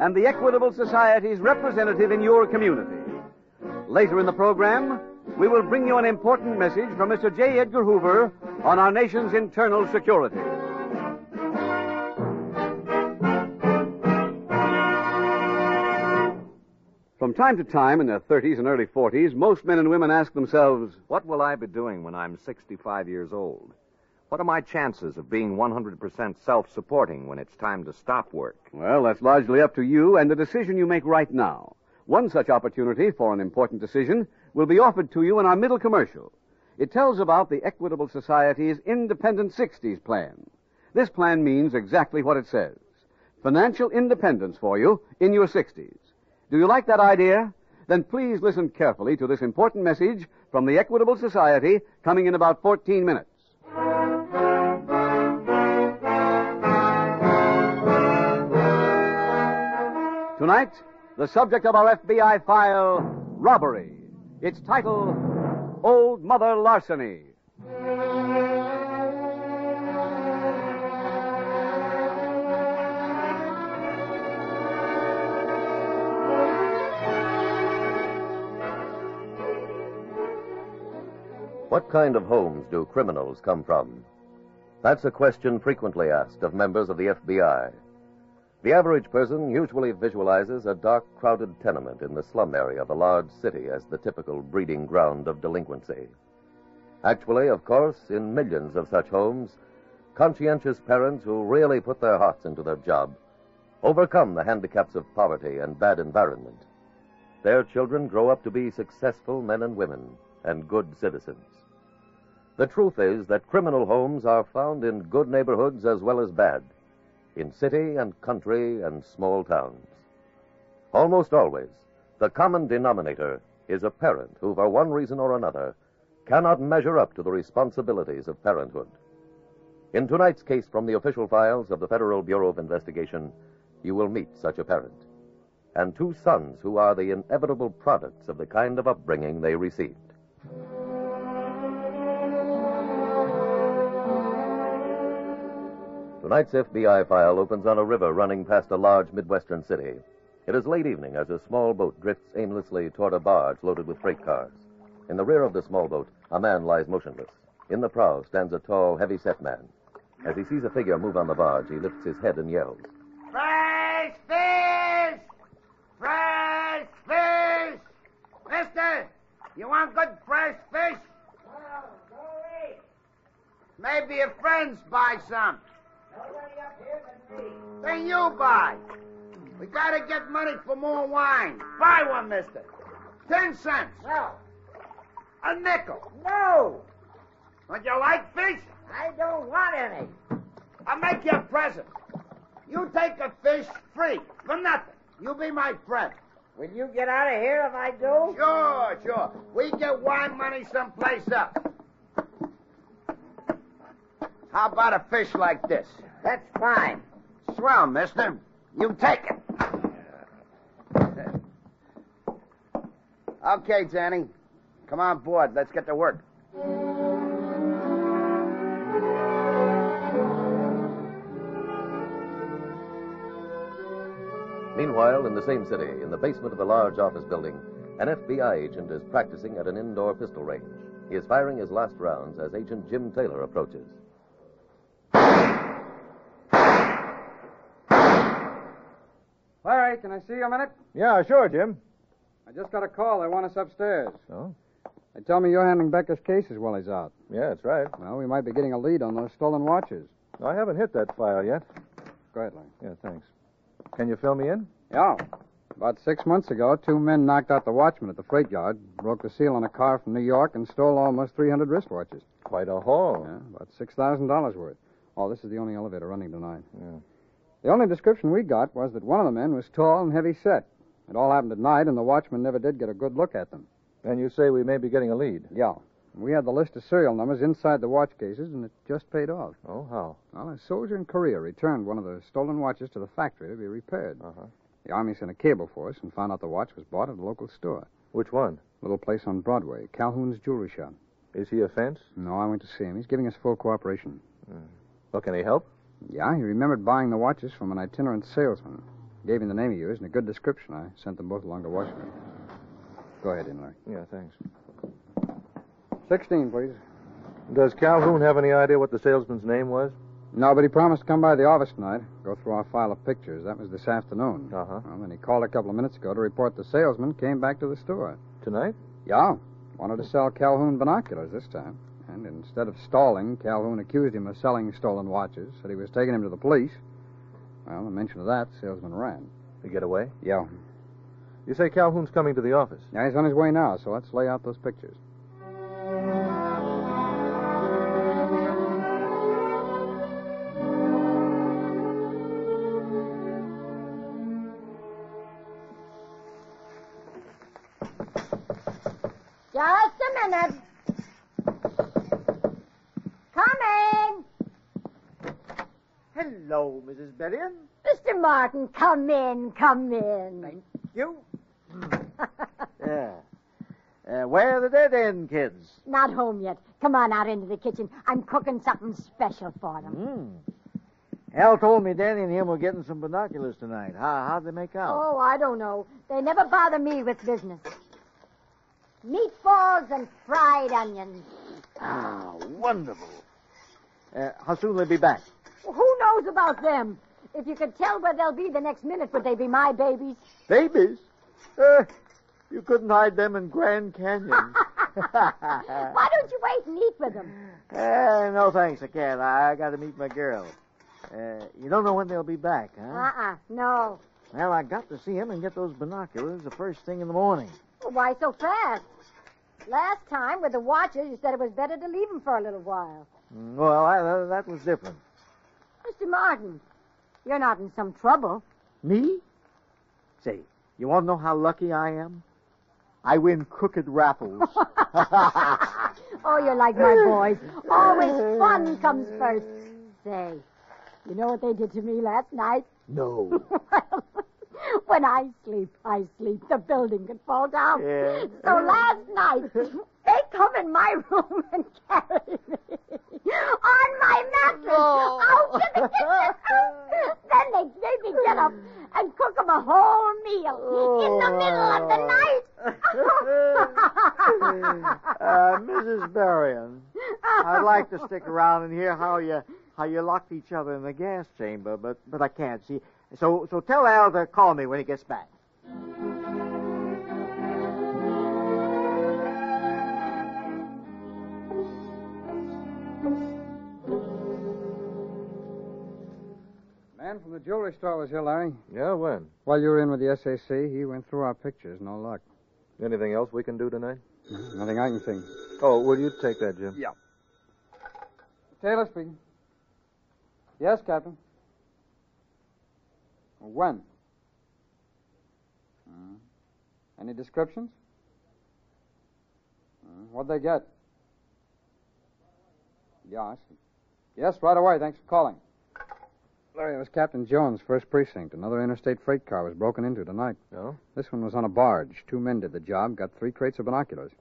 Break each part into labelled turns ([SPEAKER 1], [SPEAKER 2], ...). [SPEAKER 1] and the Equitable Society's representative in your community. Later in the program, we will bring you an important message from Mr. J. Edgar Hoover on our nation's internal security. From time to time in their 30s and early 40s, most men and women ask themselves,
[SPEAKER 2] What will I be doing when I'm 65 years old? What are my chances of being 100% self supporting when it's time to stop work?
[SPEAKER 1] Well, that's largely up to you and the decision you make right now. One such opportunity for an important decision will be offered to you in our middle commercial. It tells about the Equitable Society's Independent 60s plan. This plan means exactly what it says financial independence for you in your 60s. Do you like that idea? Then please listen carefully to this important message from the Equitable Society coming in about 14 minutes. Tonight, the subject of our FBI file, robbery. It's titled Old Mother Larceny.
[SPEAKER 3] What kind of homes do criminals come from? That's a question frequently asked of members of the FBI. The average person usually visualizes a dark, crowded tenement in the slum area of a large city as the typical breeding ground of delinquency. Actually, of course, in millions of such homes, conscientious parents who really put their hearts into their job overcome the handicaps of poverty and bad environment. Their children grow up to be successful men and women and good citizens. The truth is that criminal homes are found in good neighborhoods as well as bad, in city and country and small towns. Almost always, the common denominator is a parent who, for one reason or another, cannot measure up to the responsibilities of parenthood. In tonight's case from the official files of the Federal Bureau of Investigation, you will meet such a parent and two sons who are the inevitable products of the kind of upbringing they received. Tonight's FBI file opens on a river running past a large Midwestern city. It is late evening as a small boat drifts aimlessly toward a barge loaded with freight cars. In the rear of the small boat, a man lies motionless. In the prow stands a tall, heavy set man. As he sees a figure move on the barge, he lifts his head and yells.
[SPEAKER 4] Fresh fish! Fresh fish! Mister, you want good fresh fish? Maybe your friends buy some. Then you buy. We gotta get money for more wine. Buy one, mister. Ten cents. No. A nickel. No. Don't you like fish? I don't want any. I'll make you a present. You take a fish free, for nothing. You be my friend.
[SPEAKER 5] Will you get out of here if I do?
[SPEAKER 4] Sure, sure. We get wine money someplace else. How about a fish like this?
[SPEAKER 5] That's fine.
[SPEAKER 4] Swell, mister. You take it. Okay, Danny. Come on board. Let's get to work.
[SPEAKER 3] Meanwhile, in the same city, in the basement of a large office building, an FBI agent is practicing at an indoor pistol range. He is firing his last rounds as Agent Jim Taylor approaches.
[SPEAKER 6] Larry, can I see you a minute?
[SPEAKER 7] Yeah, sure, Jim.
[SPEAKER 6] I just got a call. They want us upstairs.
[SPEAKER 7] Oh?
[SPEAKER 6] They tell me you're handling Becker's cases while he's out.
[SPEAKER 7] Yeah, that's right.
[SPEAKER 6] Well, we might be getting a lead on those stolen watches.
[SPEAKER 7] I haven't hit that file yet.
[SPEAKER 6] Go ahead, Larry.
[SPEAKER 7] Yeah, thanks. Can you fill me in?
[SPEAKER 6] Yeah. About six months ago, two men knocked out the watchman at the freight yard, broke the seal on a car from New York, and stole almost 300 wristwatches.
[SPEAKER 7] Quite a haul.
[SPEAKER 6] Yeah, about $6,000 worth. Oh, this is the only elevator running tonight.
[SPEAKER 7] Yeah.
[SPEAKER 6] The only description we got was that one of the men was tall and heavy set. It all happened at night, and the watchman never did get a good look at them.
[SPEAKER 7] And you say we may be getting a lead.
[SPEAKER 6] Yeah. We had the list of serial numbers inside the watch cases, and it just paid off.
[SPEAKER 7] Oh, how?
[SPEAKER 6] Well, a soldier in Korea returned one of the stolen watches to the factory to be repaired.
[SPEAKER 7] Uh-huh.
[SPEAKER 6] The Army sent a cable for us and found out the watch was bought at a local store.
[SPEAKER 7] Which one?
[SPEAKER 6] Little place on Broadway, Calhoun's Jewelry Shop.
[SPEAKER 7] Is he a fence? Mm.
[SPEAKER 6] No, I went to see him. He's giving us full cooperation.
[SPEAKER 7] Well, can he help?
[SPEAKER 6] Yeah, he remembered buying the watches from an itinerant salesman. Gave him the name he used and a good description. I sent them both along to Washington. Go ahead, Inler.
[SPEAKER 7] Yeah, thanks.
[SPEAKER 6] 16, please.
[SPEAKER 7] Does Calhoun have any idea what the salesman's name was?
[SPEAKER 6] No, but he promised to come by the office tonight, go through our file of pictures. That was this afternoon.
[SPEAKER 7] Uh-huh.
[SPEAKER 6] Well, then he called a couple of minutes ago to report the salesman came back to the store.
[SPEAKER 7] Tonight?
[SPEAKER 6] Yeah, wanted to sell Calhoun binoculars this time. And instead of stalling, Calhoun accused him of selling stolen watches, said he was taking him to the police. Well, in mention of that, salesman ran.
[SPEAKER 7] To get away?
[SPEAKER 6] Yeah.
[SPEAKER 7] You say Calhoun's coming to the office.
[SPEAKER 6] Yeah, he's on his way now, so let's lay out those pictures.
[SPEAKER 8] Just a minute. Come in.
[SPEAKER 9] Hello, Mrs. Bellion.
[SPEAKER 8] Mr. Martin, come in, come in.
[SPEAKER 9] Thank You? Yeah. Uh, where are the dead end kids?
[SPEAKER 8] Not home yet. Come on out into the kitchen. I'm cooking something special for them.
[SPEAKER 9] Hmm. Al told me Danny and him were getting some binoculars tonight. How, how'd they make out?
[SPEAKER 8] Oh, I don't know. They never bother me with business. Meatballs and fried onions.
[SPEAKER 9] Ah, wonderful. Uh, how soon will they be back?
[SPEAKER 8] Who knows about them? If you could tell where they'll be the next minute, would they be my babies?
[SPEAKER 9] Babies? Uh, you couldn't hide them in Grand Canyon. Uh-huh.
[SPEAKER 8] Why don't you wait and eat with them?
[SPEAKER 9] Eh, no thanks, I can't. I, I got to meet my girl. Uh, you don't know when they'll be back, huh?
[SPEAKER 8] Uh-uh, no.
[SPEAKER 9] Well, I got to see him and get those binoculars the first thing in the morning.
[SPEAKER 8] Why so fast? Last time with the watches, you said it was better to leave them for a little while.
[SPEAKER 9] Mm, Well, I, that, that was different.
[SPEAKER 8] Mr. Martin, you're not in some trouble.
[SPEAKER 9] Me? Say, you want to know how lucky I am? I win crooked raffles.
[SPEAKER 8] Oh, you're like my boys. Always fun comes first. Say, you know what they did to me last night?
[SPEAKER 9] no.
[SPEAKER 8] Well, when I sleep, I sleep. The building could fall down.
[SPEAKER 9] Yeah.
[SPEAKER 8] So last night, they come in my room and carry me on my mattress
[SPEAKER 9] No.
[SPEAKER 8] out to the kitchen. then they made me get up and cook them a whole meal in the middle of the night.
[SPEAKER 9] uh, Mrs. Berrien, I'd like to stick around and hear how you how you locked each other in the gas chamber, but but I can't see. So so tell Al to call me when he gets back.
[SPEAKER 6] Man from the jewelry store was here, Larry.
[SPEAKER 7] Yeah, when?
[SPEAKER 6] While you were in with the SAC, he went through our pictures. No luck.
[SPEAKER 7] Anything else we can do tonight?
[SPEAKER 6] Nothing I can think.
[SPEAKER 7] Oh, will you take that, Jim?
[SPEAKER 6] Taylor speaking. Yes, Captain. When? Hmm. Any descriptions? Hmm, What'd they get? Yeah, I see. Yes, right away. Thanks for calling. Larry, it was Captain Jones, first precinct. Another interstate freight car was broken into tonight.
[SPEAKER 7] No?
[SPEAKER 6] This one was on a barge. Two men did the job, got three crates of binoculars.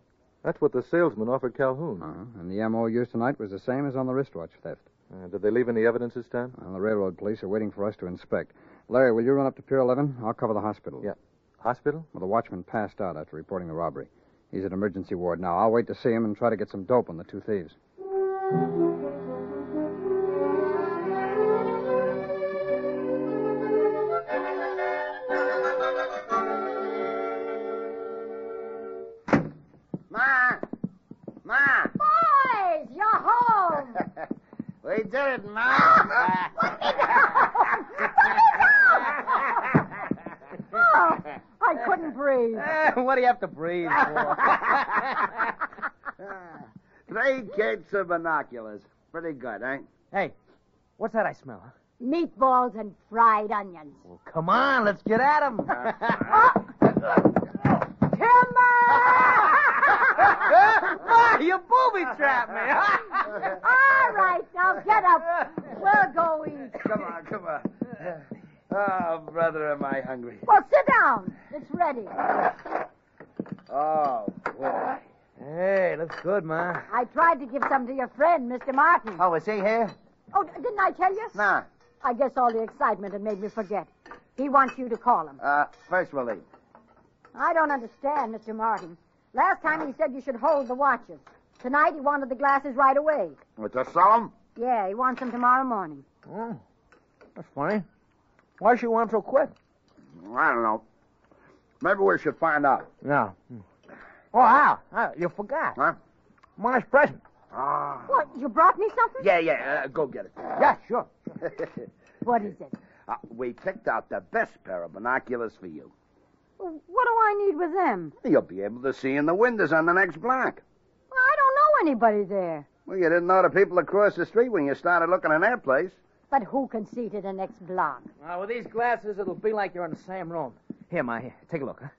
[SPEAKER 7] That's what the salesman offered Calhoun.
[SPEAKER 6] Uh-huh. And the MO used tonight was the same as on the wristwatch theft.
[SPEAKER 7] Uh, did they leave any evidence this time?
[SPEAKER 6] Well, the railroad police are waiting for us to inspect. Larry, will you run up to Pier 11? I'll cover the hospital.
[SPEAKER 7] Yeah. Hospital?
[SPEAKER 6] Well, the watchman passed out after reporting the robbery. He's at emergency ward now. I'll wait to see him and try to get some dope on the two thieves.
[SPEAKER 9] Ma, ma,
[SPEAKER 8] Boys, you're home.
[SPEAKER 9] we did it, ma.
[SPEAKER 8] Oh, I couldn't breathe.
[SPEAKER 9] what do you have to breathe for? Three kids of binoculars. Pretty good, eh?
[SPEAKER 10] Hey, what's that I smell?
[SPEAKER 8] Meatballs and fried onions.
[SPEAKER 10] Come on, let's get at him.
[SPEAKER 8] Oh,
[SPEAKER 9] Oh,
[SPEAKER 8] It's ready.
[SPEAKER 10] Oh, boy. Hey, looks good, Ma.
[SPEAKER 8] I tried to give some to your friend, Mr. Martin.
[SPEAKER 10] Oh, is he here?
[SPEAKER 8] Oh, d- didn't I tell you?
[SPEAKER 4] Nah.
[SPEAKER 8] I guess all the excitement had made me forget. He wants you to call him.
[SPEAKER 4] Uh, first we'll eat.
[SPEAKER 8] I don't understand, Mr. Martin. Last time he said you should hold the watches. Tonight he wanted the glasses right away.
[SPEAKER 4] It's a solemn.
[SPEAKER 8] Yeah, he wants them tomorrow morning.
[SPEAKER 10] Oh, that's funny. Why she want 'em so quick?
[SPEAKER 4] I don't know. Maybe we should find out.
[SPEAKER 10] No. Oh, Al, Al, you forgot.
[SPEAKER 4] Huh?
[SPEAKER 10] Ma's present.
[SPEAKER 4] Ah.
[SPEAKER 8] What? You brought me something?
[SPEAKER 4] Yeah, yeah. Uh, go get it.
[SPEAKER 10] Yeah, sure.
[SPEAKER 8] What is it?
[SPEAKER 4] uh, we picked out the best pair of binoculars for you.
[SPEAKER 8] What do I need with them?
[SPEAKER 4] You'll be able to see in the windows on the next block.
[SPEAKER 8] Well, I don't know anybody there.
[SPEAKER 4] Well, you didn't know the people across the street when you started looking in that place.
[SPEAKER 8] But who can see to the next block?
[SPEAKER 10] Uh, with these glasses, it'll be like you're in the same room. Here, Ma, here. Take a look, huh?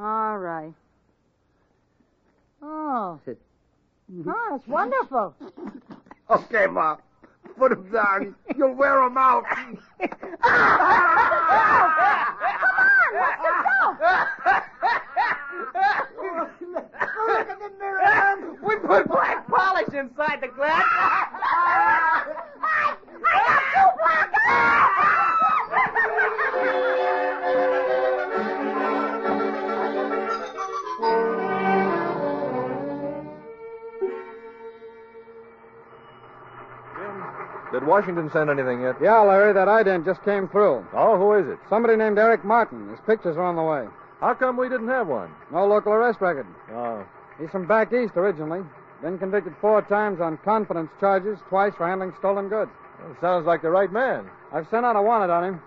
[SPEAKER 8] All right. Oh. Oh, it's wonderful.
[SPEAKER 4] Okay, Ma. Put them down. You'll wear them out.
[SPEAKER 5] Look in the mirror.
[SPEAKER 10] We put black polish inside the glass.
[SPEAKER 7] Did Washington send anything yet?
[SPEAKER 6] Yeah, Larry, that ident just came through.
[SPEAKER 7] Oh, who is it?
[SPEAKER 6] Somebody named Eric Martin. His pictures are on the way.
[SPEAKER 7] How come we didn't have one?
[SPEAKER 6] No local arrest record.
[SPEAKER 7] Oh.
[SPEAKER 6] He's from back east originally. Been convicted four times on confidence charges, twice for handling stolen goods.
[SPEAKER 7] Well, sounds like the right man.
[SPEAKER 6] I've sent out a warrant on him.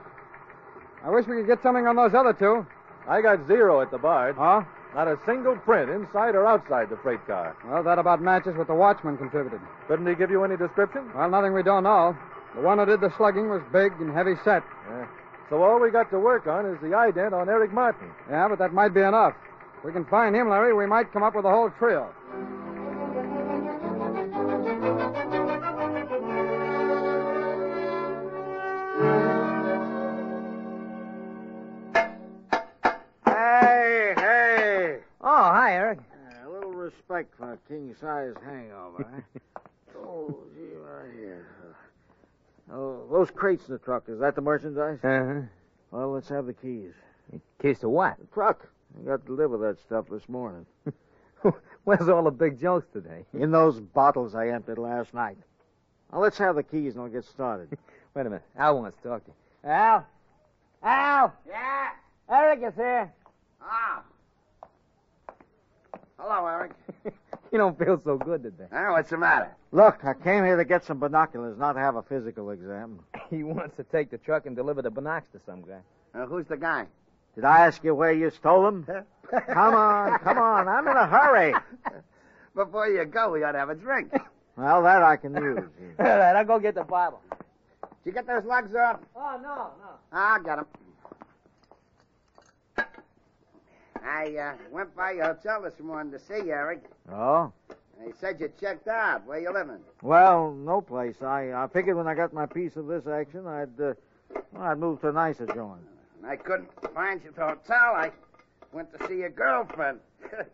[SPEAKER 6] I wish we could get something on those other two.
[SPEAKER 7] I got zero at the Bard.
[SPEAKER 6] Huh?
[SPEAKER 7] Not a single print inside or outside the freight car.
[SPEAKER 6] Well, that about matches what the watchman contributed.
[SPEAKER 7] Couldn't he give you any description?
[SPEAKER 6] Well, nothing we don't know. The one who did the slugging was big and heavy set.
[SPEAKER 7] Eh. so all we got to work on is the ident on Eric Martin.
[SPEAKER 6] Yeah, but that might be enough. If we can find him, Larry, we might come up with a whole trio.
[SPEAKER 9] Hey, hey!
[SPEAKER 10] Oh, hi, Eric.
[SPEAKER 9] Yeah, a little respect for a king size hangover, eh? huh? oh, gee, right here. Oh, those crates in the truck, is that the merchandise?
[SPEAKER 10] Uh-huh.
[SPEAKER 9] Well, let's have the keys.
[SPEAKER 10] Case of what?
[SPEAKER 9] The truck. I got to deliver that stuff this morning.
[SPEAKER 10] Where's all the big jokes today?
[SPEAKER 9] In those bottles I emptied last night. Now, let's have the keys and I'll get started.
[SPEAKER 10] Wait a minute. Al wants to talk to you. Al? Al?
[SPEAKER 4] Yeah.
[SPEAKER 10] Eric is here.
[SPEAKER 4] Ah. Hello, Eric.
[SPEAKER 10] you don't feel so good today.
[SPEAKER 4] Now, what's the matter?
[SPEAKER 9] Look, I came here to get some binoculars, not have a physical exam.
[SPEAKER 10] He wants to take the truck and deliver the binocs to some guy.
[SPEAKER 4] Uh, who's the guy?
[SPEAKER 9] Did I ask you where you stole them? come on, come on. I'm in a hurry.
[SPEAKER 4] Before you go, we ought to have a drink. Did
[SPEAKER 9] Well, that I can use.
[SPEAKER 10] All right, I'll go get the Bible.
[SPEAKER 4] you get those lugs off? Ah,
[SPEAKER 10] Oh, no, no.
[SPEAKER 4] I got them. I uh, went by your hotel this morning to see you, Eric.
[SPEAKER 9] Oh?
[SPEAKER 4] They said you checked out. Where you living?
[SPEAKER 9] Well, no place. I, I figured when I got my piece of this action, I'd uh, well, I'd move to a nicer joint.
[SPEAKER 4] And I couldn't find you at the hotel. I went to see your girlfriend.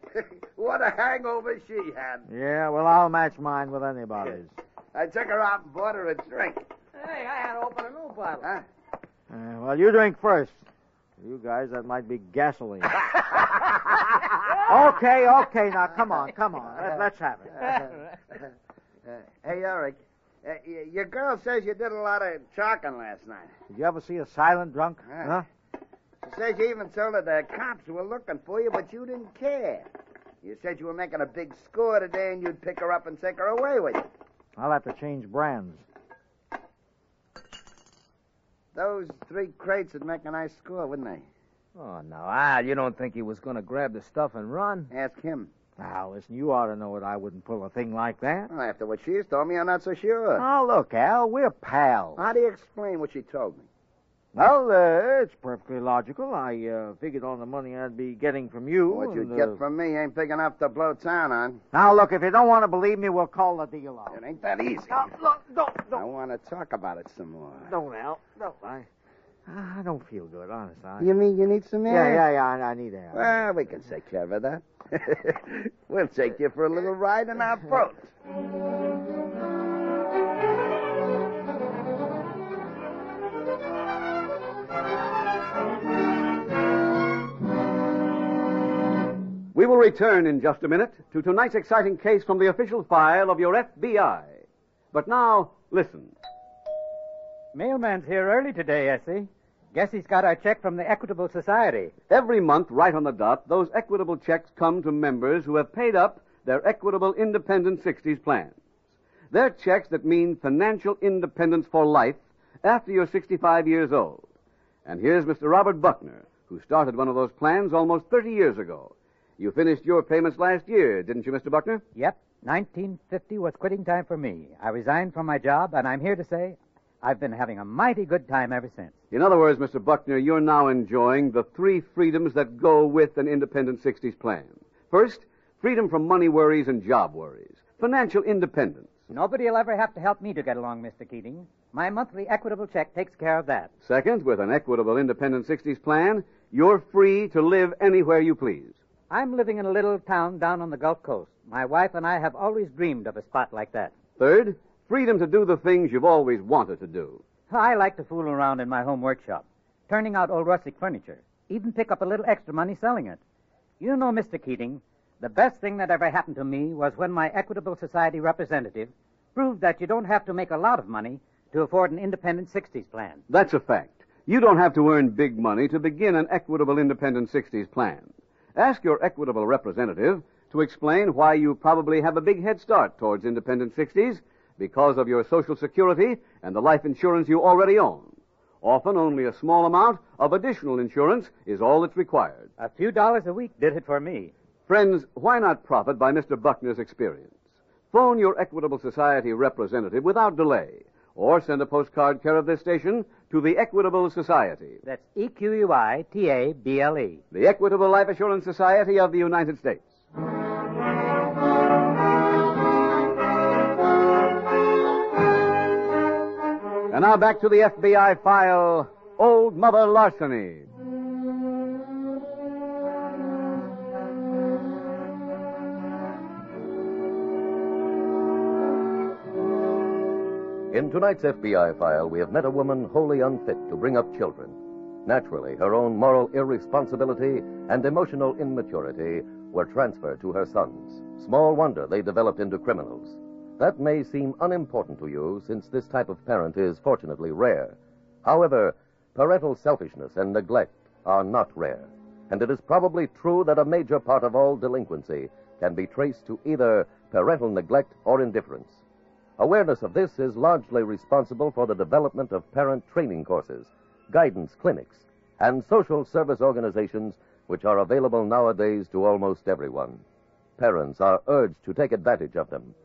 [SPEAKER 4] what a hangover she had.
[SPEAKER 9] Yeah, well, I'll match mine with anybody's.
[SPEAKER 4] I took her out and bought her a drink.
[SPEAKER 10] Hey, I had to open a new Bible.
[SPEAKER 4] Huh?
[SPEAKER 9] Uh, well, you drink first. You guys, that might be gasoline. okay, okay. Now, come on, come on. Let, let's have it.
[SPEAKER 4] Uh, hey, Eric. Uh, y- your girl says you did a lot of talking last night.
[SPEAKER 9] Did you ever see a silent drunk? Huh?
[SPEAKER 4] She says you even told her the cops were looking for you, but you didn't care. You said you were making a big score today and you'd pick her up and take her away with you.
[SPEAKER 9] I'll have to change brands.
[SPEAKER 4] Those three crates would make a nice score, wouldn't they?
[SPEAKER 10] Oh, no, Al, you don't think he was going to grab the stuff and run?
[SPEAKER 4] Ask him.
[SPEAKER 9] Now, listen, you ought to know it. I wouldn't pull a thing like that.
[SPEAKER 4] Well, after what she's told me, I'm not so sure.
[SPEAKER 9] Oh, look, Al, we're pals.
[SPEAKER 4] How do you explain what she told me?
[SPEAKER 9] Well, uh, it's perfectly logical. I uh, figured on the money I'd be getting from you.
[SPEAKER 4] What you
[SPEAKER 9] and, uh,
[SPEAKER 4] get from me ain't big enough to blow town on.
[SPEAKER 9] Now, look, if you don't want to believe me, we'll call the deal out.
[SPEAKER 4] It ain't that easy.
[SPEAKER 9] Now, look, don't,
[SPEAKER 4] I
[SPEAKER 9] don't,
[SPEAKER 4] want to talk about it some more.
[SPEAKER 9] don't, Al. Don't. I, I don't feel good, honest. I...
[SPEAKER 11] You mean you need some air?
[SPEAKER 9] Yeah, yeah, yeah. I, I need air.
[SPEAKER 11] Well, we can take care of that. we'll take you for a little ride in our boat.
[SPEAKER 1] We will return in just a minute to tonight's exciting case from the official file of your FBI. But now, listen.
[SPEAKER 12] Mailman's here early today, Essie. Guess he's got our check from the Equitable Society.
[SPEAKER 1] Every month, right on the dot, those equitable checks come to members who have paid up their Equitable Independent 60s plans. They're checks that mean financial independence for life after you're 65 years old. And here's Mr. Robert Buckner, who started one of those plans almost 30 years ago. You finished your payments last year, didn't you, Mr. Buckner?
[SPEAKER 12] Yep. 1950 was quitting time for me. I resigned from my job, and I'm here to say I've been having a mighty good time ever since.
[SPEAKER 1] In other words, Mr. Buckner, you're now enjoying the three freedoms that go with an independent 60s plan. First, freedom from money worries and job worries, financial independence.
[SPEAKER 12] Nobody will ever have to help me to get along, Mr. Keating. My monthly equitable check takes care of that.
[SPEAKER 1] Second, with an equitable independent 60s plan, you're free to live anywhere you please.
[SPEAKER 12] I'm living in a little town down on the Gulf Coast. My wife and I have always dreamed of a spot like that.
[SPEAKER 1] Third, freedom to do the things you've always wanted to do.
[SPEAKER 12] I like to fool around in my home workshop, turning out old rustic furniture, even pick up a little extra money selling it. You know, Mr. Keating, the best thing that ever happened to me was when my Equitable Society representative proved that you don't have to make a lot of money to afford an independent 60s plan.
[SPEAKER 1] That's a fact. You don't have to earn big money to begin an equitable independent 60s plan. Ask your equitable representative to explain why you probably have a big head start towards independent 60s because of your Social Security and the life insurance you already own. Often only a small amount of additional insurance is all that's required.
[SPEAKER 12] A few dollars a week did it for me.
[SPEAKER 1] Friends, why not profit by Mr. Buckner's experience? Phone your Equitable Society representative without delay or send a postcard care of this station to the Equitable Society.
[SPEAKER 12] That's E Q U I T A B L E.
[SPEAKER 1] The Equitable Life Assurance Society of the United States. And now back to the FBI file Old Mother Larceny.
[SPEAKER 3] In tonight's FBI file, we have met a woman wholly unfit to bring up children. Naturally, her own moral irresponsibility and emotional immaturity were transferred to her sons. Small wonder they developed into criminals. That may seem unimportant to you, since this type of parent is fortunately rare. However, parental selfishness and neglect are not rare, and it is probably true that a major part of all delinquency can be traced to either parental neglect or indifference. Awareness of this is largely responsible for the development of parent training courses, guidance clinics, and social service organizations, which are available nowadays to almost everyone. Parents are urged to take advantage of them.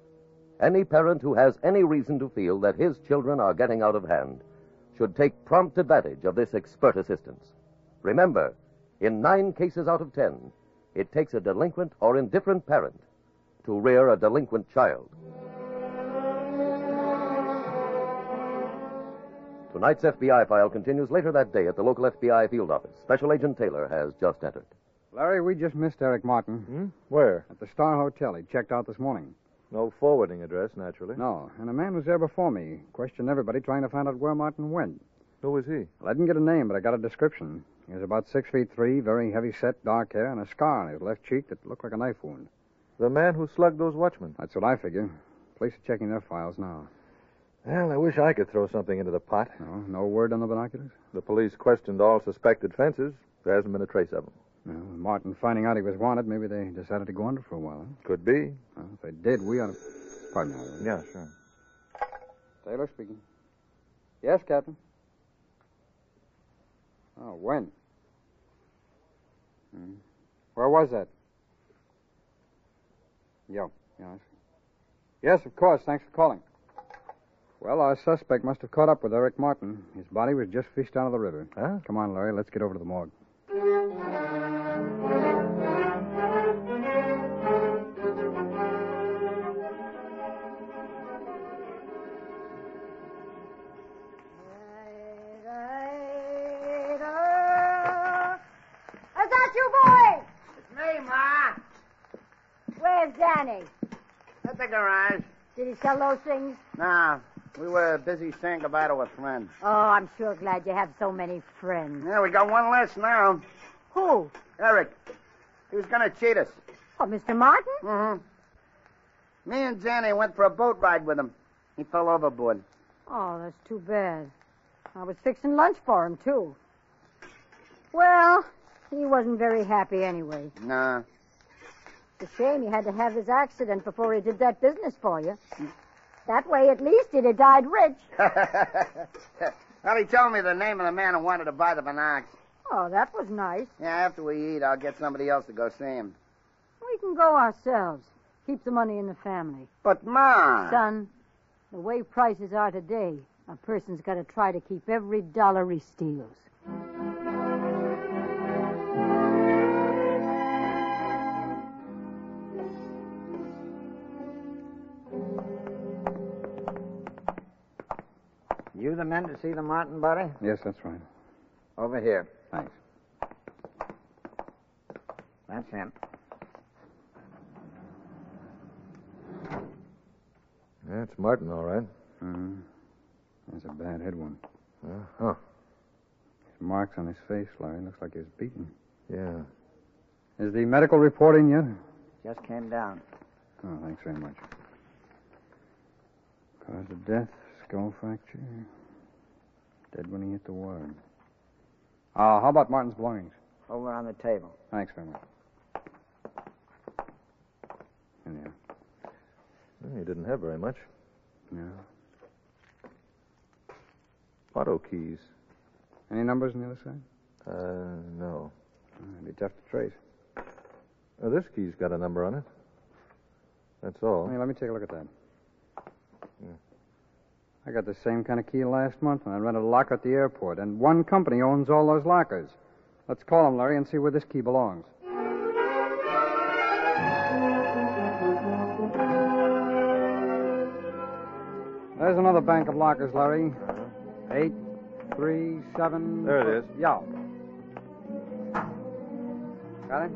[SPEAKER 3] Any parent who has any reason to feel that his children are getting out of hand should take prompt advantage of this expert assistance. Remember, in nine cases out of ten, it takes a delinquent or indifferent parent to rear a delinquent child. Tonight's FBI file continues later that day at the local FBI field office. Special Agent Taylor has just entered.
[SPEAKER 6] Larry, we just missed Eric Martin.
[SPEAKER 7] Hmm? Where?
[SPEAKER 6] At the Star Hotel. He checked out this morning.
[SPEAKER 7] No forwarding address, naturally.
[SPEAKER 6] No, and a man was there before me. Questioned everybody trying to find out where Martin went.
[SPEAKER 7] Who was he?
[SPEAKER 6] Well, I didn't get a name, but I got a description. He was about six feet three, very heavy set, dark hair, and a scar on his left cheek that looked like a knife wound.
[SPEAKER 7] The man who slugged those watchmen.
[SPEAKER 6] That's what I figure. Police are checking their files now.
[SPEAKER 7] Well, I wish I could throw something into the pot.
[SPEAKER 6] No, no word on the binoculars?
[SPEAKER 7] The police questioned all suspected fences. There hasn't been a trace of them.
[SPEAKER 6] Well, Martin finding out he was wanted, maybe they decided to go under for a while. Huh?
[SPEAKER 7] Could be.
[SPEAKER 6] Well, if they did, we ought to. Pardon me.
[SPEAKER 7] Yeah, sure.
[SPEAKER 6] Taylor speaking. Yes, Captain. Oh, when? Hmm. Where was that? Yo. Yeah, Yes, of course. Thanks for calling. Well, our suspect must have caught up with Eric Martin. His body was just fished out of the river.
[SPEAKER 7] Huh?
[SPEAKER 6] Come on, Larry, let's get over to the morgue.
[SPEAKER 8] you boys?
[SPEAKER 4] It's me, Ma.
[SPEAKER 8] Where's Danny?
[SPEAKER 4] At the garage.
[SPEAKER 8] Did he sell those things?
[SPEAKER 4] Nah, we were busy saying goodbye to a friend.
[SPEAKER 8] Oh, I'm sure glad you have so many friends.
[SPEAKER 4] Yeah, we got one less now.
[SPEAKER 8] Who?
[SPEAKER 4] Eric. He was gonna cheat us.
[SPEAKER 8] Oh, Mr. Martin?
[SPEAKER 4] Mm-hmm. Me and Danny went for a boat ride with him. He fell overboard.
[SPEAKER 8] Oh, that's too bad. I was fixing lunch for him, too. Well, he wasn't very happy anyway.
[SPEAKER 4] Nah.
[SPEAKER 8] It's a shame he had to have his accident before he did that business for you. That way, at least, he'd have died rich.
[SPEAKER 4] well, he told me the name of the man who wanted to buy the Binocs.
[SPEAKER 8] Oh, that was nice.
[SPEAKER 4] Yeah, after we eat, I'll get somebody else to go see him.
[SPEAKER 8] We can go ourselves. Keep the money in the family.
[SPEAKER 4] But, Ma.
[SPEAKER 8] Son, the way prices are today, a person's got to try to keep every dollar he steals.
[SPEAKER 9] You the men to see the Martin body?
[SPEAKER 6] Yes, that's right.
[SPEAKER 9] Over here.
[SPEAKER 6] Thanks.
[SPEAKER 9] That's him.
[SPEAKER 7] Yeah, it's Martin, all right.
[SPEAKER 6] Mm-hmm. That's a bad head wound.
[SPEAKER 7] Uh-huh.
[SPEAKER 6] There's marks on his face, Larry. Looks like he was beaten.
[SPEAKER 7] Yeah.
[SPEAKER 6] Is the medical report in yet?
[SPEAKER 9] Just came down.
[SPEAKER 6] Oh, thanks very much. Cause of death, skull fracture. Dead when he hit the water. Uh, how about Martin's belongings?
[SPEAKER 9] Over on the table.
[SPEAKER 6] Thanks very much. In there.
[SPEAKER 7] Well, he didn't have very much.
[SPEAKER 6] No.
[SPEAKER 7] Auto keys.
[SPEAKER 6] Any numbers on the other side?
[SPEAKER 7] Uh, no.
[SPEAKER 6] Uh, It'd be tough to trace.
[SPEAKER 7] Oh, this key's got a number on it. That's all.
[SPEAKER 6] Hey, let me take a look at that. I got the same kind of key last month, and I rented a locker at the airport, and one company owns all those lockers. Let's call them, Larry, and see where this key belongs. There's another bank of lockers, Larry. Eight, three,
[SPEAKER 7] Uh-huh.
[SPEAKER 6] seven.
[SPEAKER 7] There it is.
[SPEAKER 6] Yeah. Got it?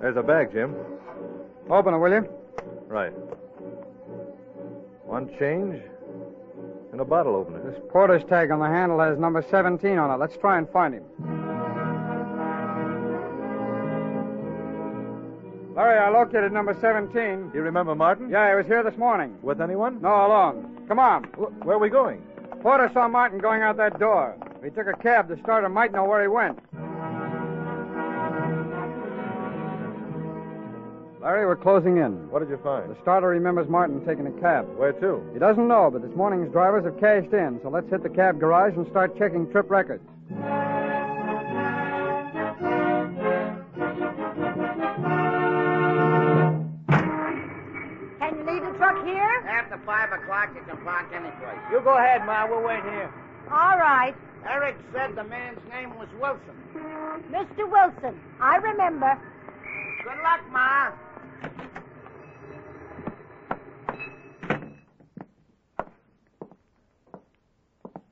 [SPEAKER 7] There's a bag, Jim.
[SPEAKER 6] Open it, will you?
[SPEAKER 7] Right. One change and a bottle opener.
[SPEAKER 6] This porter's tag on the handle has number 17 on it. Let's try and find him. Larry, I located number 17.
[SPEAKER 7] You remember Martin?
[SPEAKER 6] Yeah, he was here this morning.
[SPEAKER 7] With anyone?
[SPEAKER 6] No, alone. Come on.
[SPEAKER 7] Wh- Where are we going?
[SPEAKER 6] Porter saw Martin going out that door. If he took a cab, the starter might know where he went. Larry, we're closing in.
[SPEAKER 7] What did you find?
[SPEAKER 6] The starter remembers Martin taking a cab.
[SPEAKER 7] Where to?
[SPEAKER 6] He doesn't know, but this morning's drivers have cashed in, so let's hit the cab garage and start checking trip records.
[SPEAKER 8] Can you leave the truck here?
[SPEAKER 4] After five o'clock, you can park any place.
[SPEAKER 10] You go ahead, Ma. We'll wait here.
[SPEAKER 8] All right.
[SPEAKER 4] Eric said the man's name was Wilson.
[SPEAKER 8] Mr. Wilson, I remember.
[SPEAKER 4] Good luck, Ma.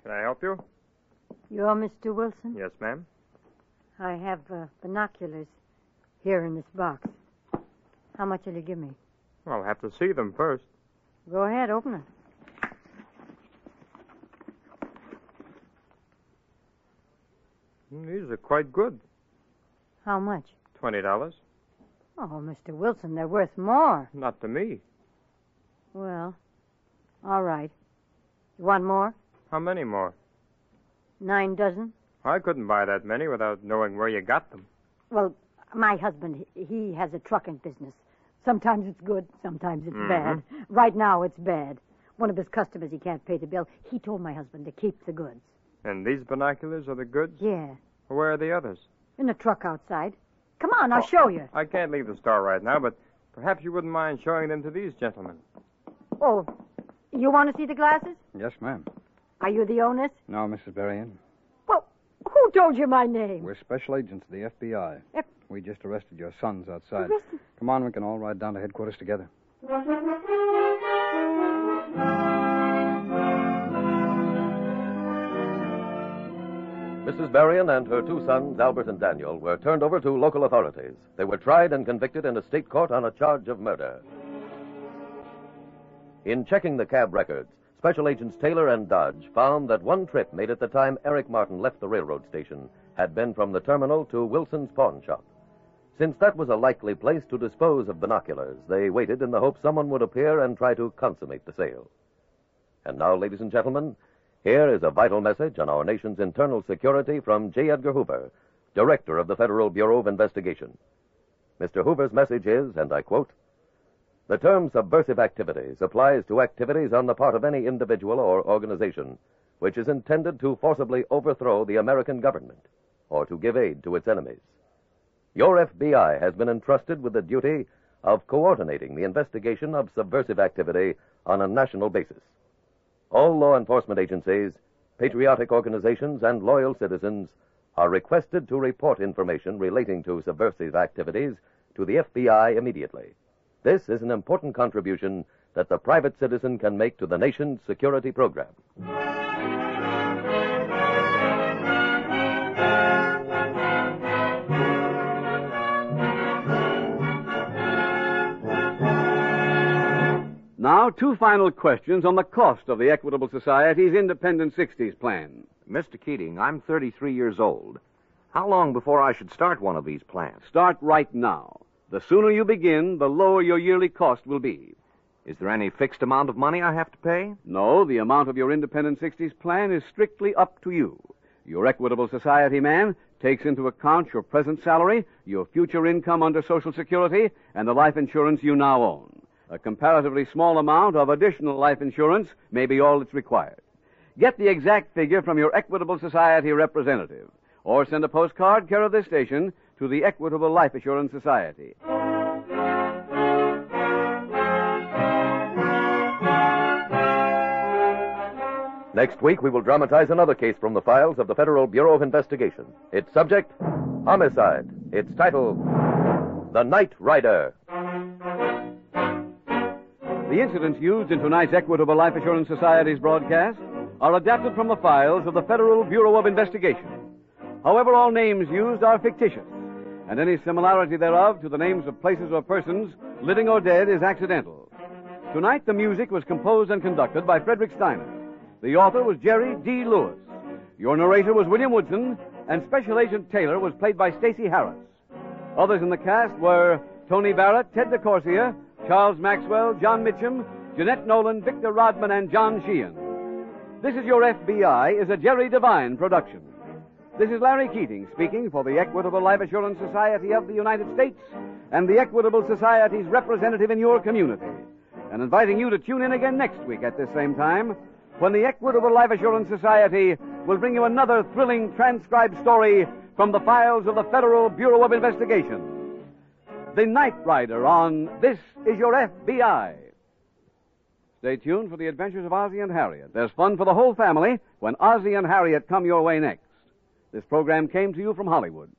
[SPEAKER 13] Can I help you?
[SPEAKER 8] You're Mr. Wilson?
[SPEAKER 13] Yes, ma'am.
[SPEAKER 8] I have uh, binoculars here in this box. How much will you give me?
[SPEAKER 13] I'll have to see them first.
[SPEAKER 8] Go ahead, open it.
[SPEAKER 13] Mm, These are quite good.
[SPEAKER 8] How much?
[SPEAKER 13] Twenty dollars.
[SPEAKER 8] Oh, Mr. Wilson, they're worth more.
[SPEAKER 13] Not to me.
[SPEAKER 8] Well, all right. You want more?
[SPEAKER 13] How many more?
[SPEAKER 8] Nine dozen?
[SPEAKER 13] I couldn't buy that many without knowing where you got them.
[SPEAKER 8] Well, my husband, he- he has a trucking business. Sometimes it's good, sometimes it's bad. Right now, it's bad. One of his customers, he can't pay the bill. He told my husband to keep the goods.
[SPEAKER 13] And these binoculars are the goods?
[SPEAKER 8] Yeah,
[SPEAKER 13] Where are the others?
[SPEAKER 8] in a truck outside. Come on, I'll
[SPEAKER 13] Oh,
[SPEAKER 8] show you.
[SPEAKER 13] I can't leave the store right now, but perhaps you wouldn't mind showing them to these gentlemen.
[SPEAKER 8] Oh, you want to see the glasses?
[SPEAKER 6] Yes, ma'am.
[SPEAKER 8] Are you the owners?
[SPEAKER 6] No, Mrs. Berrien.
[SPEAKER 8] Well, who told you my name?
[SPEAKER 6] We're special agents of the FBI.
[SPEAKER 8] Yep.
[SPEAKER 6] We just arrested your sons outside.
[SPEAKER 8] Arrested?
[SPEAKER 6] Come on, we can all ride down to headquarters together.
[SPEAKER 3] Mrs. Marion and her two sons, Albert and Daniel, were turned over to local authorities. They were tried and convicted in a state court on a charge of murder. In checking the cab records, Special Agents Taylor and Dodge found that one trip made at the time Eric Martin left the railroad station had been from the terminal to Wilson's pawn shop. Since that was a likely place to dispose of binoculars, they waited in the hope someone would appear and try to consummate the sale. And now, ladies and gentlemen, here is a vital message on our nation's internal security from J. Edgar Hoover, Director of the Federal Bureau of Investigation. Mr. Hoover's message is, and I quote, the term subversive activities applies to activities on the part of any individual or organization which is intended to forcibly overthrow the American government or to give aid to its enemies. Your FBI has been entrusted with the duty of coordinating the investigation of subversive activity on a national basis. All law enforcement agencies, patriotic organizations, and loyal citizens are requested to report information relating to subversive activities to the FBI immediately. This is an important contribution that the private citizen can make to the nation's security program.
[SPEAKER 1] Now, two final questions on the cost of the Equitable Society's Independent 60s plan.
[SPEAKER 2] Mr. Keating, I'm 33 years old. How long before I should start one of these plans?
[SPEAKER 1] Start right now. The sooner you begin, the lower your yearly cost will be.
[SPEAKER 2] Is there any fixed amount of money I have to pay?
[SPEAKER 1] No, the amount of your Independent 60s plan is strictly up to you. Your Equitable Society man takes into account your present salary, your future income under Social Security, and the life insurance you now own. A comparatively small amount of additional life insurance may be all that's required. Get the exact figure from your Equitable Society representative, or send a postcard care of this station to the Equitable Life Assurance Society.
[SPEAKER 3] Next week, we will dramatize another case from the files of the Federal Bureau of Investigation. Its subject, homicide. Its title, The Night Rider.
[SPEAKER 1] The incidents used in tonight's Equitable Life Assurance Society's broadcast are adapted from the files of the Federal Bureau of Investigation. However, all names used are fictitious, and any similarity thereof to the names of places or persons, living or dead, is accidental. Tonight, the music was composed and conducted by Frederick Steiner. The author was Jerry D. Lewis. Your narrator was William Woodson, and Special Agent Taylor was played by Stacy Harris. Others in the cast were Tony Barrett, Ted DeCorsia, Charles Maxwell, John Mitchum, Jeanette Nolan, Victor Rodman, and John Sheehan. This is Your FBI is a Jerry Devine production. This is Larry Keating speaking for the Equitable Life Assurance Society of the United States and the Equitable Society's representative in your community, and inviting you to tune in again next week at this same time when the Equitable Life Assurance Society will bring you another thrilling transcribed story from the files of the Federal Bureau of Investigation. The Night Rider on This Is Your FBI. Stay tuned for the adventures of Ozzie and Harriet. There's fun for the whole family when Ozzie and Harriet come your way next. This program came to you from Hollywood.